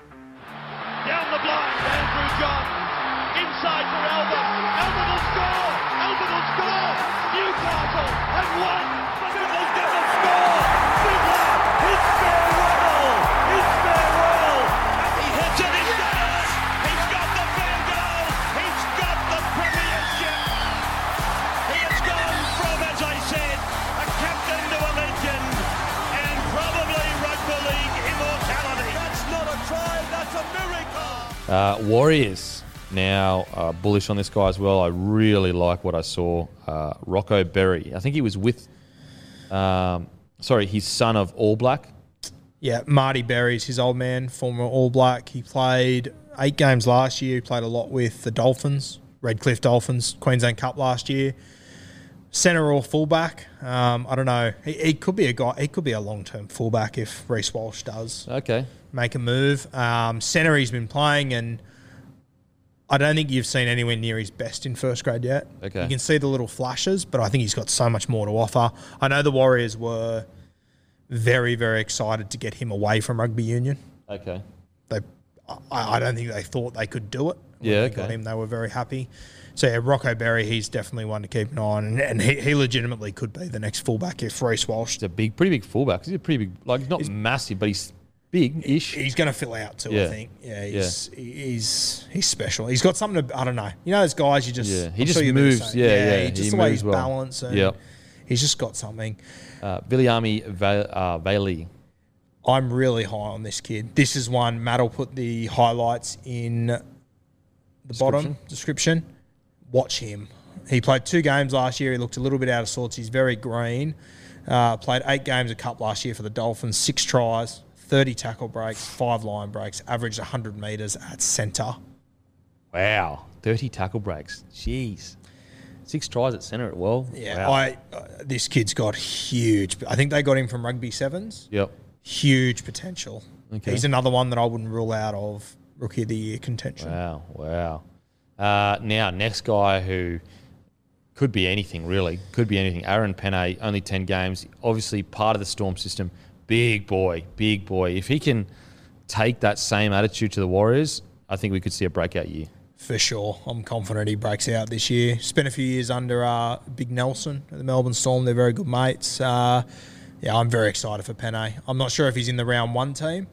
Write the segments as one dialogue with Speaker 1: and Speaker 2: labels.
Speaker 1: Down the blind, Andrew John. Inside for Elba. Elba will score. Elba will score. Newcastle have won. Biddle's going to score. Fiddler. It's farewell. It's farewell. And he hits it. It's yes! He's got the field goal. He's got the premiership. He has gone from, as I said, a captain to a legend and probably rugby league immortality. That's not a try. That's a miracle.
Speaker 2: Uh, Warriors now uh, bullish on this guy as well. I really like what I saw. Uh, Rocco Berry. I think he was with, um, sorry, his son of All Black.
Speaker 3: Yeah, Marty Berry's his old man, former All Black. He played eight games last year. He played a lot with the Dolphins, Redcliffe Dolphins, Queensland Cup last year. Centre or fullback? Um, I don't know. He, he could be a guy. He could be a long-term fullback if Reese Walsh does
Speaker 2: Okay.
Speaker 3: make a move. Um, Centre he's been playing, and I don't think you've seen anywhere near his best in first grade yet.
Speaker 2: Okay.
Speaker 3: You can see the little flashes, but I think he's got so much more to offer. I know the Warriors were very, very excited to get him away from rugby union.
Speaker 2: Okay.
Speaker 3: They, I, I don't think they thought they could do it. When
Speaker 2: Yeah,
Speaker 3: they got
Speaker 2: okay.
Speaker 3: him. They were very happy. So yeah, Rocco Berry, he's definitely one to keep an eye on, and, and he, he legitimately could be the next fullback if Reese Walsh.
Speaker 2: He's a big, pretty big fullback. He's a pretty big, like he's not massive, but he's big-ish.
Speaker 3: He's going to fill out too. I
Speaker 2: Yeah.
Speaker 3: think. Yeah, he's he- he's he's special. He's got something. To, I don't know. You know those guys. You just
Speaker 2: Yeah, he
Speaker 3: I'm
Speaker 2: just
Speaker 3: you've been
Speaker 2: moves.
Speaker 3: saying-
Speaker 2: Yeah, yeah,
Speaker 3: he just
Speaker 2: he
Speaker 3: the way
Speaker 2: moves
Speaker 3: he's
Speaker 2: well.
Speaker 3: balanced. And
Speaker 2: Yep.
Speaker 3: he's just got something.
Speaker 2: Uh, Viliami Va- uh, Vaili.
Speaker 3: I'm really high on this kid. This is one Matt will put the highlights in the bottom description. Watch him. He played two games last year. He looked a little bit out of sorts. He's very green. Uh, played eight games a cup last year for the Dolphins. Six tries, thirty tackle breaks, five line breaks. Averaged 100 meters at centre.
Speaker 2: Wow. 30 tackle breaks. Jeez. Six tries at centre at well.
Speaker 3: Yeah,
Speaker 2: Wow.
Speaker 3: I uh, this kid's got huge. I think they got him from rugby sevens.
Speaker 2: Yep.
Speaker 3: Huge potential.
Speaker 2: Okay.
Speaker 3: He's another one that I wouldn't rule out of rookie of the year contention.
Speaker 2: Wow, wow. Uh, now, next guy who could be anything, really. Could be anything. Aaron Penne, only 10 games. Obviously, part of the Storm system. Big boy, big boy. If he can take that same attitude to the Warriors, I think we could see a breakout year.
Speaker 3: For sure. I'm confident he breaks out this year. Spent a few years under uh, Big Nelson at the Melbourne Storm. They're very good mates. Uh, yeah, I'm very excited for Penne. I'm not sure if he's in the round one team,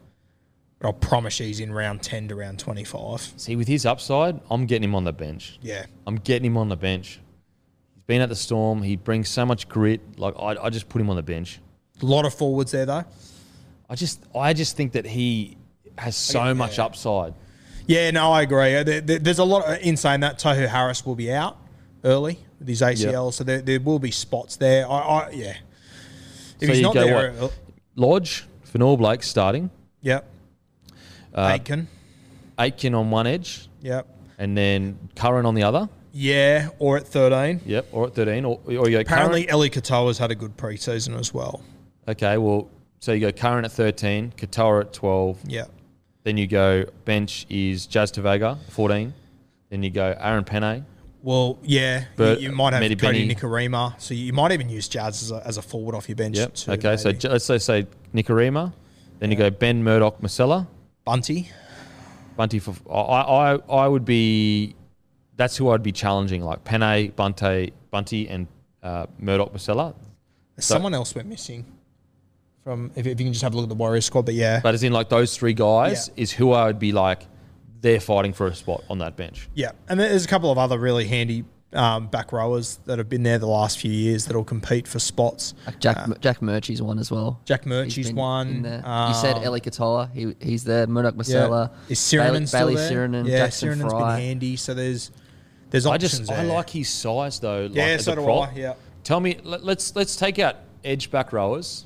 Speaker 3: but I promise he's in round 10 to round 25.
Speaker 2: See, with his upside, I'm getting him on the bench.
Speaker 3: Yeah.
Speaker 2: I'm getting him on the bench. He's been at the Storm. He brings so much grit. Like, I, I just put him on the bench.
Speaker 3: A lot of forwards there, though.
Speaker 2: I just, I just think that he has so much upside.
Speaker 3: Yeah, no, I agree. Uh, there- there- There's a lot in saying that Tohu Harris will be out early with his ACL, so there, there will be spots there. I, I yeah. If
Speaker 2: So
Speaker 3: he's
Speaker 2: you
Speaker 3: not
Speaker 2: go
Speaker 3: there,
Speaker 2: what?
Speaker 3: uh,
Speaker 2: Lodge, Fanor Blake starting.
Speaker 3: yep.
Speaker 2: Uh,
Speaker 3: Aitken,
Speaker 2: Aitken on one edge,
Speaker 3: yep.
Speaker 2: and then Curran on the other.
Speaker 3: Yeah, or at 13.
Speaker 2: Yep, or at thirteen, or, or you go
Speaker 3: Apparently, Eli Katoa's had a good preseason as well.
Speaker 2: Curran. Okay, well, so you go Curran at thirteen, Katara at twelve.
Speaker 3: Yeah.
Speaker 2: Then you go bench is Jazz Tavaga fourteen. Then you go Aaron Penne.
Speaker 3: Well, yeah,
Speaker 2: But
Speaker 3: you, you might have
Speaker 2: Medi
Speaker 3: Cody
Speaker 2: Benny-
Speaker 3: Nikarima, so you might even use Jazz as a, as a forward off your bench.
Speaker 2: Yep.
Speaker 3: too,
Speaker 2: okay, so
Speaker 3: maybe.
Speaker 2: j- let's say say Nicarima. Then you go Ben Murdoch Masella,
Speaker 3: Bunty,
Speaker 2: Bunty. For I, I I would be. That's who I'd be challenging, like Penne, Bunte, Bunty, and uh, Murdoch Masella.
Speaker 3: someone else went missing. From if, if you can just have a look at the Warriors squad, but yeah,
Speaker 2: But as in, like those three guys
Speaker 3: Yeah.
Speaker 2: is who I would be like. They're fighting for a spot on that bench.
Speaker 3: yeah, and there- there's a couple of other really handy um, back rowers that have been there the last few years that'll compete for spots.
Speaker 4: Like Jack Jack Murchie's one as well.
Speaker 3: Jack
Speaker 4: He's
Speaker 3: Murchie's
Speaker 4: been in
Speaker 3: one.
Speaker 4: there.
Speaker 3: Um,
Speaker 4: you said Eli Katoa. He, he's there. Murdoch Masella.
Speaker 3: uh, Is Sirenen
Speaker 4: Bailey,
Speaker 3: still
Speaker 4: Bailey
Speaker 3: there?
Speaker 4: Sirenen,
Speaker 3: yeah,
Speaker 4: Jackson
Speaker 3: Sirenen's
Speaker 4: Fry.
Speaker 3: been handy. So there's there's
Speaker 2: I
Speaker 3: options.
Speaker 2: just I
Speaker 3: there.
Speaker 2: like his size though. Like,
Speaker 3: Yeah,
Speaker 2: as
Speaker 3: so
Speaker 2: a
Speaker 3: do
Speaker 2: prop.
Speaker 3: I, yeah.
Speaker 2: Tell me, let, let's let's take out edge back rowers.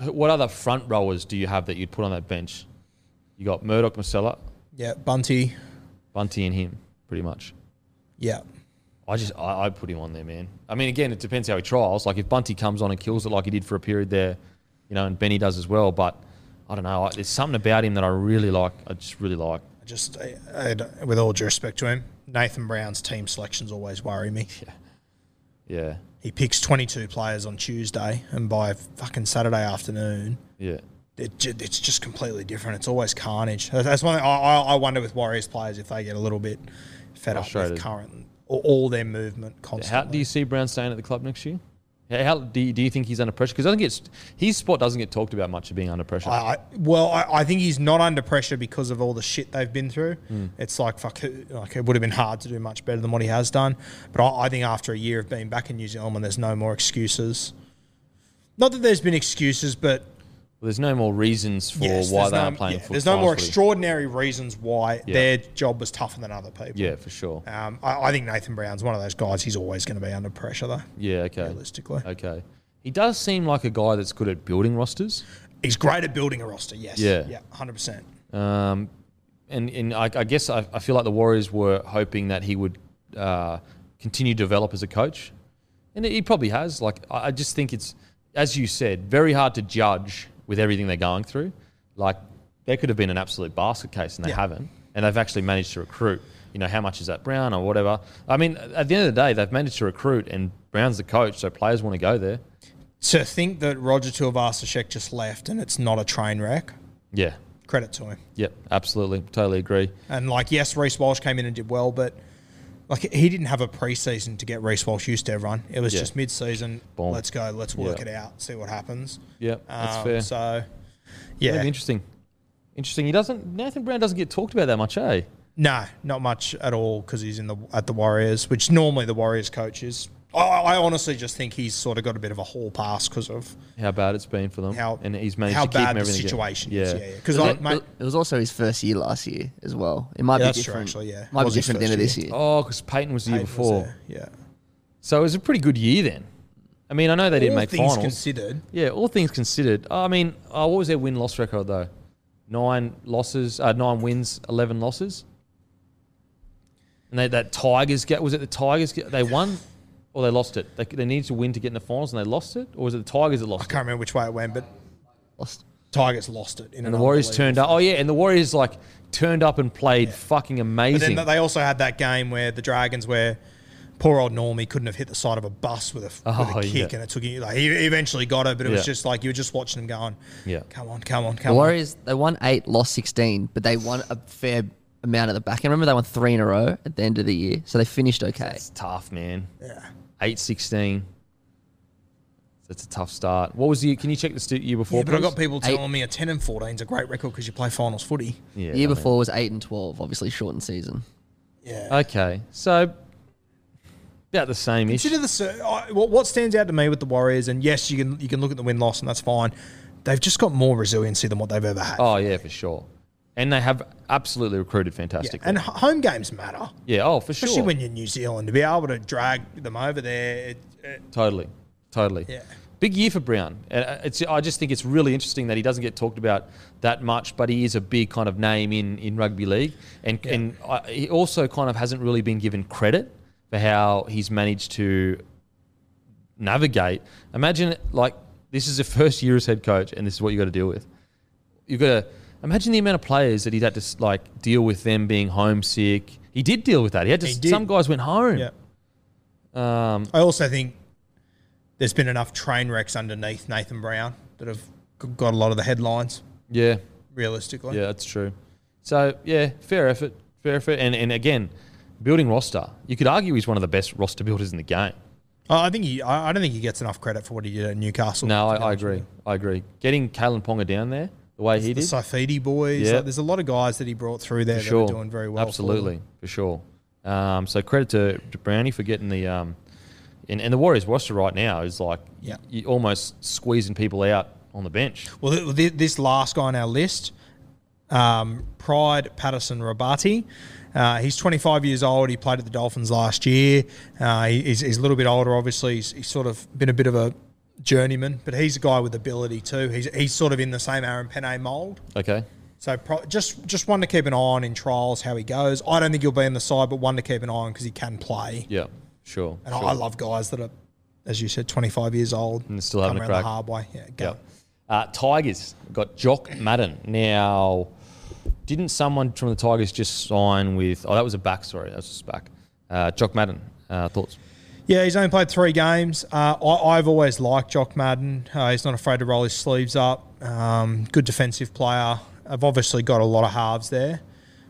Speaker 2: Who- What other front rowers do you have that you'd put on that bench? You got Murdoch, Masella,
Speaker 3: yeah, Bunty.
Speaker 2: Bunty, and him, pretty much.
Speaker 3: Yeah,
Speaker 2: I just I, I put him on there, man. I mean, again, it depends how he trials. Like if Bunty comes on and kills it like he did for a period there, you know, and Benny does as well. But I don't know. I, there's something about him that I really like. I just really like.
Speaker 3: I just I, I don't- with all due respect to him, Nathan Brown's team selections always worry me.
Speaker 2: Yeah,
Speaker 3: He picks 22 players on Tuesday, and by fucking Saturday afternoon,
Speaker 2: yeah.
Speaker 3: it, ju- it's just completely different. It's always carnage. That's- That's one thing I, I, I wonder with Warriors players if they get a little bit fed up with
Speaker 2: Frustrated.
Speaker 3: current or all their movement constantly.
Speaker 2: How do you see Brown staying at the club next year? How, how do, you, do you think he's under pressure? Because I think it's his spot doesn't get talked about much of being under pressure.
Speaker 3: I, I, Uh, well, I, I think he's not under pressure because of all the shit they've been through.
Speaker 2: Hmm.
Speaker 3: It's like fuck, who- like it would have been hard to do much better than what he has done. But I, I think after a year of being back in New Zealand, when there's no more excuses, not that there's been excuses, but
Speaker 2: well, there's no more reasons for
Speaker 3: yes,
Speaker 2: why
Speaker 3: there's
Speaker 2: they
Speaker 3: no,
Speaker 2: are playing
Speaker 3: yeah,
Speaker 2: football.
Speaker 3: there's no more extraordinary reasons why
Speaker 2: Yeah.
Speaker 3: their job was tougher than other people.
Speaker 2: Yeah, for sure.
Speaker 3: Um, I, I think Nathan Brown's one of those guys. He's always going to be under pressure, though.
Speaker 2: Yeah, okay.
Speaker 3: realistically.
Speaker 2: Okay. He does seem like a guy that's good at building rosters.
Speaker 3: He's great at building a roster. Yes.
Speaker 2: Yeah.
Speaker 3: Yeah. Hundred percent.
Speaker 2: Um, and and I, I guess I, I feel like the Warriors were hoping that he would uh, continue to develop as a coach, and he probably has. Like I I just think it's, as you said, very hard to judge with everything they're going through. Like they could have been an absolute basket case, and they
Speaker 3: Yeah.
Speaker 2: haven't, and they've actually managed to recruit. You know how much is that Brown or whatever? I mean, at the end of the day, they've managed to recruit, and Brown's the coach, so players want to go there.
Speaker 3: To think that Roger Tuivasa-Sheck just left and it's not a train wreck.
Speaker 2: Yeah.
Speaker 3: credit to him.
Speaker 2: Yep. Absolutely. Totally agree.
Speaker 3: And like, yes, Reese Walsh came in and did well, but like he didn't have a preseason to get Reese Walsh used to everyone. It was
Speaker 2: Yeah.
Speaker 3: just mid-season.
Speaker 2: Boom.
Speaker 3: Let's go. Let's work
Speaker 2: Yeah.
Speaker 3: it out. See what happens.
Speaker 2: Yep. That's
Speaker 3: Um,
Speaker 2: fair.
Speaker 3: So,
Speaker 2: That'd
Speaker 3: yeah,
Speaker 2: be interesting. Interesting. He doesn't. Nathan Brown doesn't get talked about that much, eh?
Speaker 3: no, not much at all because he's in the at the Warriors, which normally the Warriors coach is. I, I honestly just think he's sort of got a bit of a hall pass because of
Speaker 2: How bad it's been for them.
Speaker 3: how
Speaker 2: and he's managed
Speaker 3: how
Speaker 2: to keep
Speaker 3: bad
Speaker 2: him
Speaker 3: the
Speaker 2: everything.
Speaker 3: situation
Speaker 2: yeah.
Speaker 3: is. Yeah, because
Speaker 4: It-
Speaker 3: like, mate,
Speaker 4: it, was also his first year last year as well. It might
Speaker 3: Yeah,
Speaker 4: be
Speaker 3: that's true,
Speaker 4: different.
Speaker 3: actually, yeah.
Speaker 4: Might be
Speaker 3: Was his
Speaker 4: different at the end of
Speaker 3: first
Speaker 4: this year.
Speaker 3: year.
Speaker 2: Oh, because Payton was the year
Speaker 3: Payton was
Speaker 2: before.
Speaker 3: there, yeah.
Speaker 2: So it was a pretty good year then. I mean, I know they didn't
Speaker 3: All
Speaker 2: make
Speaker 3: things
Speaker 2: finals.
Speaker 3: considered,
Speaker 2: yeah, all things considered. I mean, oh, what was their win loss record though? Nine losses, uh, nine wins, eleven losses. And they, that Tigers get was it the Tigers get, they won or they lost it? They, they needed to win to get in the finals and they lost it, or was it the Tigers that
Speaker 3: I
Speaker 2: lost? it?
Speaker 3: can't remember which way it went, but Oh,
Speaker 4: Lost.
Speaker 3: Tigers lost it. In
Speaker 2: And the Warriors turned up. Oh yeah, and the Warriors like turned up and played fucking
Speaker 3: But
Speaker 2: amazing.
Speaker 3: then they also had that game where the Dragons, where poor old Normie couldn't have hit the side of a bus with a, with a
Speaker 2: Oh,
Speaker 3: kick,
Speaker 2: yeah.
Speaker 3: and it took you. Like, he eventually got it, but it
Speaker 2: Yeah.
Speaker 3: was just like you were just watching him going,
Speaker 2: Yeah.
Speaker 3: come on, come on, come
Speaker 4: The
Speaker 3: on."
Speaker 4: Warriors they won eight, lost sixteen, but they won a fair amount at the back. And remember they won three in a row at the end of the year, so they finished okay.
Speaker 2: It's tough, man. Yeah. Eight sixteen. That's a tough start. What was the? Can you check the stu- year before?
Speaker 3: Yeah, but I've got
Speaker 2: please?
Speaker 3: people
Speaker 4: Eight-
Speaker 3: telling me a 10 and 14 is a great record because you play finals footy.
Speaker 2: Yeah, I
Speaker 4: the year
Speaker 2: mean-
Speaker 4: before was eight and twelve, obviously shortened season.
Speaker 3: Yeah.
Speaker 2: Okay, so about the same issue.
Speaker 3: Consider the cir- I- what what stands out to me with the Warriors, and yes, you can you can look at the win loss, and that's fine. They've just got more resiliency than what they've ever had.
Speaker 2: Oh yeah, for sure. And they have absolutely recruited
Speaker 3: yeah.
Speaker 2: fantastically.
Speaker 3: And h- home games matter,
Speaker 2: yeah. Oh, for
Speaker 3: especially
Speaker 2: sure.
Speaker 3: when you're New Zealand. To be able to drag them over there, it, it,
Speaker 2: Totally, totally.
Speaker 3: Yeah.
Speaker 2: Big year for Brown. And uh, it's, I just think it's really interesting that he doesn't get talked about that much, but he is a big kind of name in, in rugby league, and and I, he also kind of hasn't really been given credit for how he's managed to navigate. Imagine like this is the first year as head coach, and this is what you got to deal with. You've got to imagine the amount of players that he'd had to s- like deal with them being homesick. He did deal with that. He had to.
Speaker 3: He did.
Speaker 2: some guys went home.
Speaker 3: yeah.
Speaker 2: Um,
Speaker 3: I also think there's been enough train wrecks underneath Nathan Brown that have g- got a lot of the headlines,
Speaker 2: Yeah.
Speaker 3: realistically.
Speaker 2: Yeah, that's true. So yeah, fair effort, fair effort, and and again, building roster. You could argue he's one of the best roster builders in the game.
Speaker 3: I I think he. I I don't think he gets enough credit for what he did at Newcastle.
Speaker 2: No, I, I agree. I agree. Getting Kalen Ponga down there the way he
Speaker 3: The
Speaker 2: did, for
Speaker 3: Saifidi boys.
Speaker 2: Yeah.
Speaker 3: like, there's a lot of guys that he brought through there that
Speaker 2: sure,
Speaker 3: are doing very well. for
Speaker 2: Absolutely,
Speaker 3: them.
Speaker 2: for sure. Um, so credit to, to Brownie for getting the um, and, and the Warriors roster right now is like
Speaker 3: Yeah.
Speaker 2: you almost squeezing people out on the bench.
Speaker 3: Well, th- th- this last guy on our list, um, Pride Patterson Rabati. Uh, he's 25 years old. He played at the Dolphins last year. Uh, he- he's, he's a little bit older, obviously. He's, he's sort of been a bit of a journeyman, but he's a guy with ability too. He's, he's sort of in the same Aaron Penne mold.
Speaker 2: Okay,
Speaker 3: So pro- just just one to keep an eye on in trials, how he goes. I don't think he'll be in the side, but one to keep an eye on because he can play.
Speaker 2: yeah, sure.
Speaker 3: And
Speaker 2: sure.
Speaker 3: I love guys that are, as you said, 25 years old
Speaker 2: And still
Speaker 3: come
Speaker 2: having a
Speaker 3: around
Speaker 2: crack.
Speaker 3: the hard way. Yeah, go.
Speaker 2: Yep. Uh, Tigers got Jock Madden. Now, didn't someone from the Tigers just sign with? Oh, that was a back. Sorry, that was just back. Uh, Jock Madden. Uh, thoughts?
Speaker 3: Yeah, he's only played three games. Uh, I, I've always liked Jock Madden. Uh, he's not afraid to roll his sleeves up. Um, good defensive player. I've obviously got a lot of halves there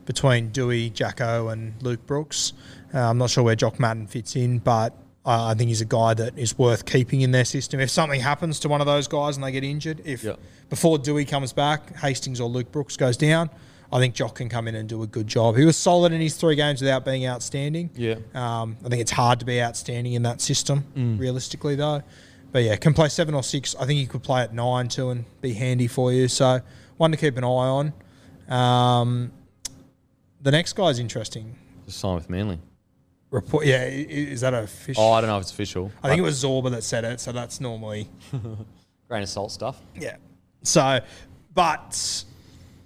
Speaker 3: between Dewey, Jacko, and Luke Brooks. Uh, I'm not sure where Jock Madden fits in, but uh, I think he's a guy that is worth keeping in their system. If something happens to one of those guys and they get injured, if
Speaker 2: Yeah.
Speaker 3: before Dewey comes back, Hastings or Luke Brooks goes down, I think Jock can come in and do a good job. He was solid in his three games without being outstanding.
Speaker 2: Yeah.
Speaker 3: Um, I think it's hard to be outstanding in that system, realistically, though. But yeah, can play seven or six. I think he could play at nine too and be handy for you. So one to keep an eye on. Um, the next guy's interesting.
Speaker 2: Just sign with Manly.
Speaker 3: Report. Yeah, i- i- is that official?
Speaker 2: Oh, I don't know if it's official.
Speaker 3: I think it was Zorba that said it. So that's normally
Speaker 2: grain of salt stuff.
Speaker 3: yeah. So, but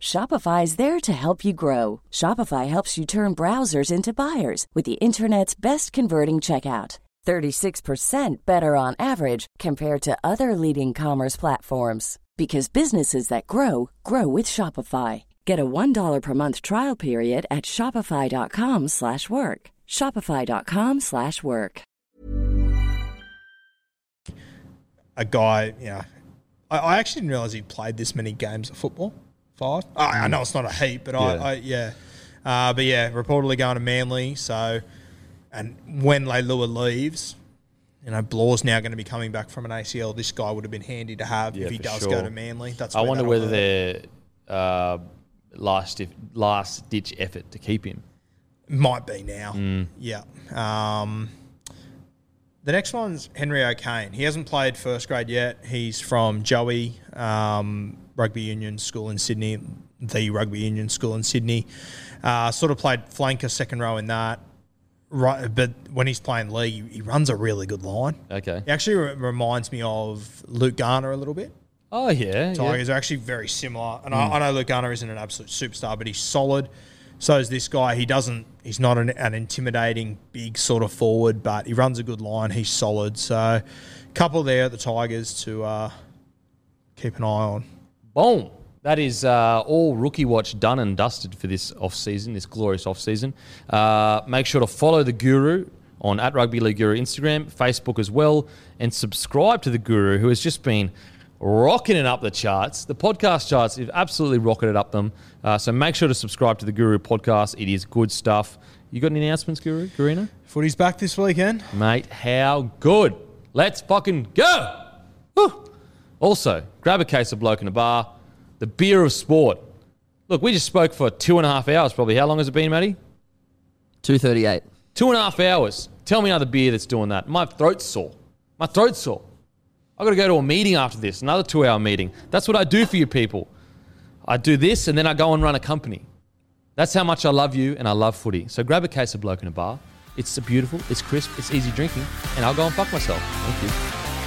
Speaker 5: Shopify is there to help you grow. Shopify helps you turn browsers into buyers with the internet's best converting checkout. 36% better on average compared to other leading commerce platforms because businesses that grow grow with Shopify. Get a $1 per month trial period at shopify.com/work. slash work. shopify.com/work. slash work.
Speaker 3: a guy, you know, I, I actually didn't realize he played this many games of football. Five. I, I know it's not a heap, but
Speaker 2: Mm. Yeah.
Speaker 3: I, I yeah, uh, but yeah, reportedly going to Manly. So, and when Leilua leaves, you know, Blaw's now going to be coming back from an ACL. This guy would have been handy to have
Speaker 2: Yeah,
Speaker 3: if he
Speaker 2: for
Speaker 3: does
Speaker 2: sure.
Speaker 3: go to Manly. That's
Speaker 2: I
Speaker 3: where
Speaker 2: wonder
Speaker 3: that'll
Speaker 2: whether
Speaker 3: hurt.
Speaker 2: they're uh, last if, last ditch effort to keep him.
Speaker 3: Might be now. Yeah. Um, the next one's Henry O'Kane. He hasn't played first grade yet. He's from Joey um, Rugby Union School in Sydney, the Rugby Union School in Sydney. Uh, sort of played flanker second row in that. Right, but when he's playing league, he runs a really good line.
Speaker 2: Okay.
Speaker 3: He actually re- reminds me of Luke Garner a little bit.
Speaker 2: Oh yeah. yeah.
Speaker 3: Tigers are actually very similar. And I, I know Luke Garner isn't an absolute superstar, but he's solid. So is this guy. He doesn't. He's not an, an intimidating big sort of forward, but he runs a good line. He's solid. So, couple there at the Tigers to uh, keep an eye on.
Speaker 2: Boom. That is uh, all Rookie Watch done and dusted for this off season, this glorious off season. Uh, make sure to follow the Guru on at Rugby League Guru Instagram, Facebook as well, and subscribe to the Guru, who has just been rocketing it up the charts. The podcast charts have absolutely rocketed up them. Uh, so make sure to subscribe to the Guru podcast. It is good stuff. You got any announcements, Guru? Gurina?
Speaker 3: Footy's back this weekend.
Speaker 2: Mate, how good. Let's fucking go. Woo. Also, grab a case of bloke in a bar, the beer of sport. Look, we just spoke for two and a half hours, probably. How long has it been, Matty?
Speaker 4: Two thirty-eight.
Speaker 2: Two and a half hours. Tell me another beer that's doing that. My throat's sore. My throat's sore. i got to go to a meeting after this, another two hour meeting. That's what I do for you people. I do this and then I go and run a company. That's how much I love you and I love footy. So grab a case of bloke in a bar. It's beautiful, it's crisp, it's easy drinking, and I'll go and fuck myself. Thank you.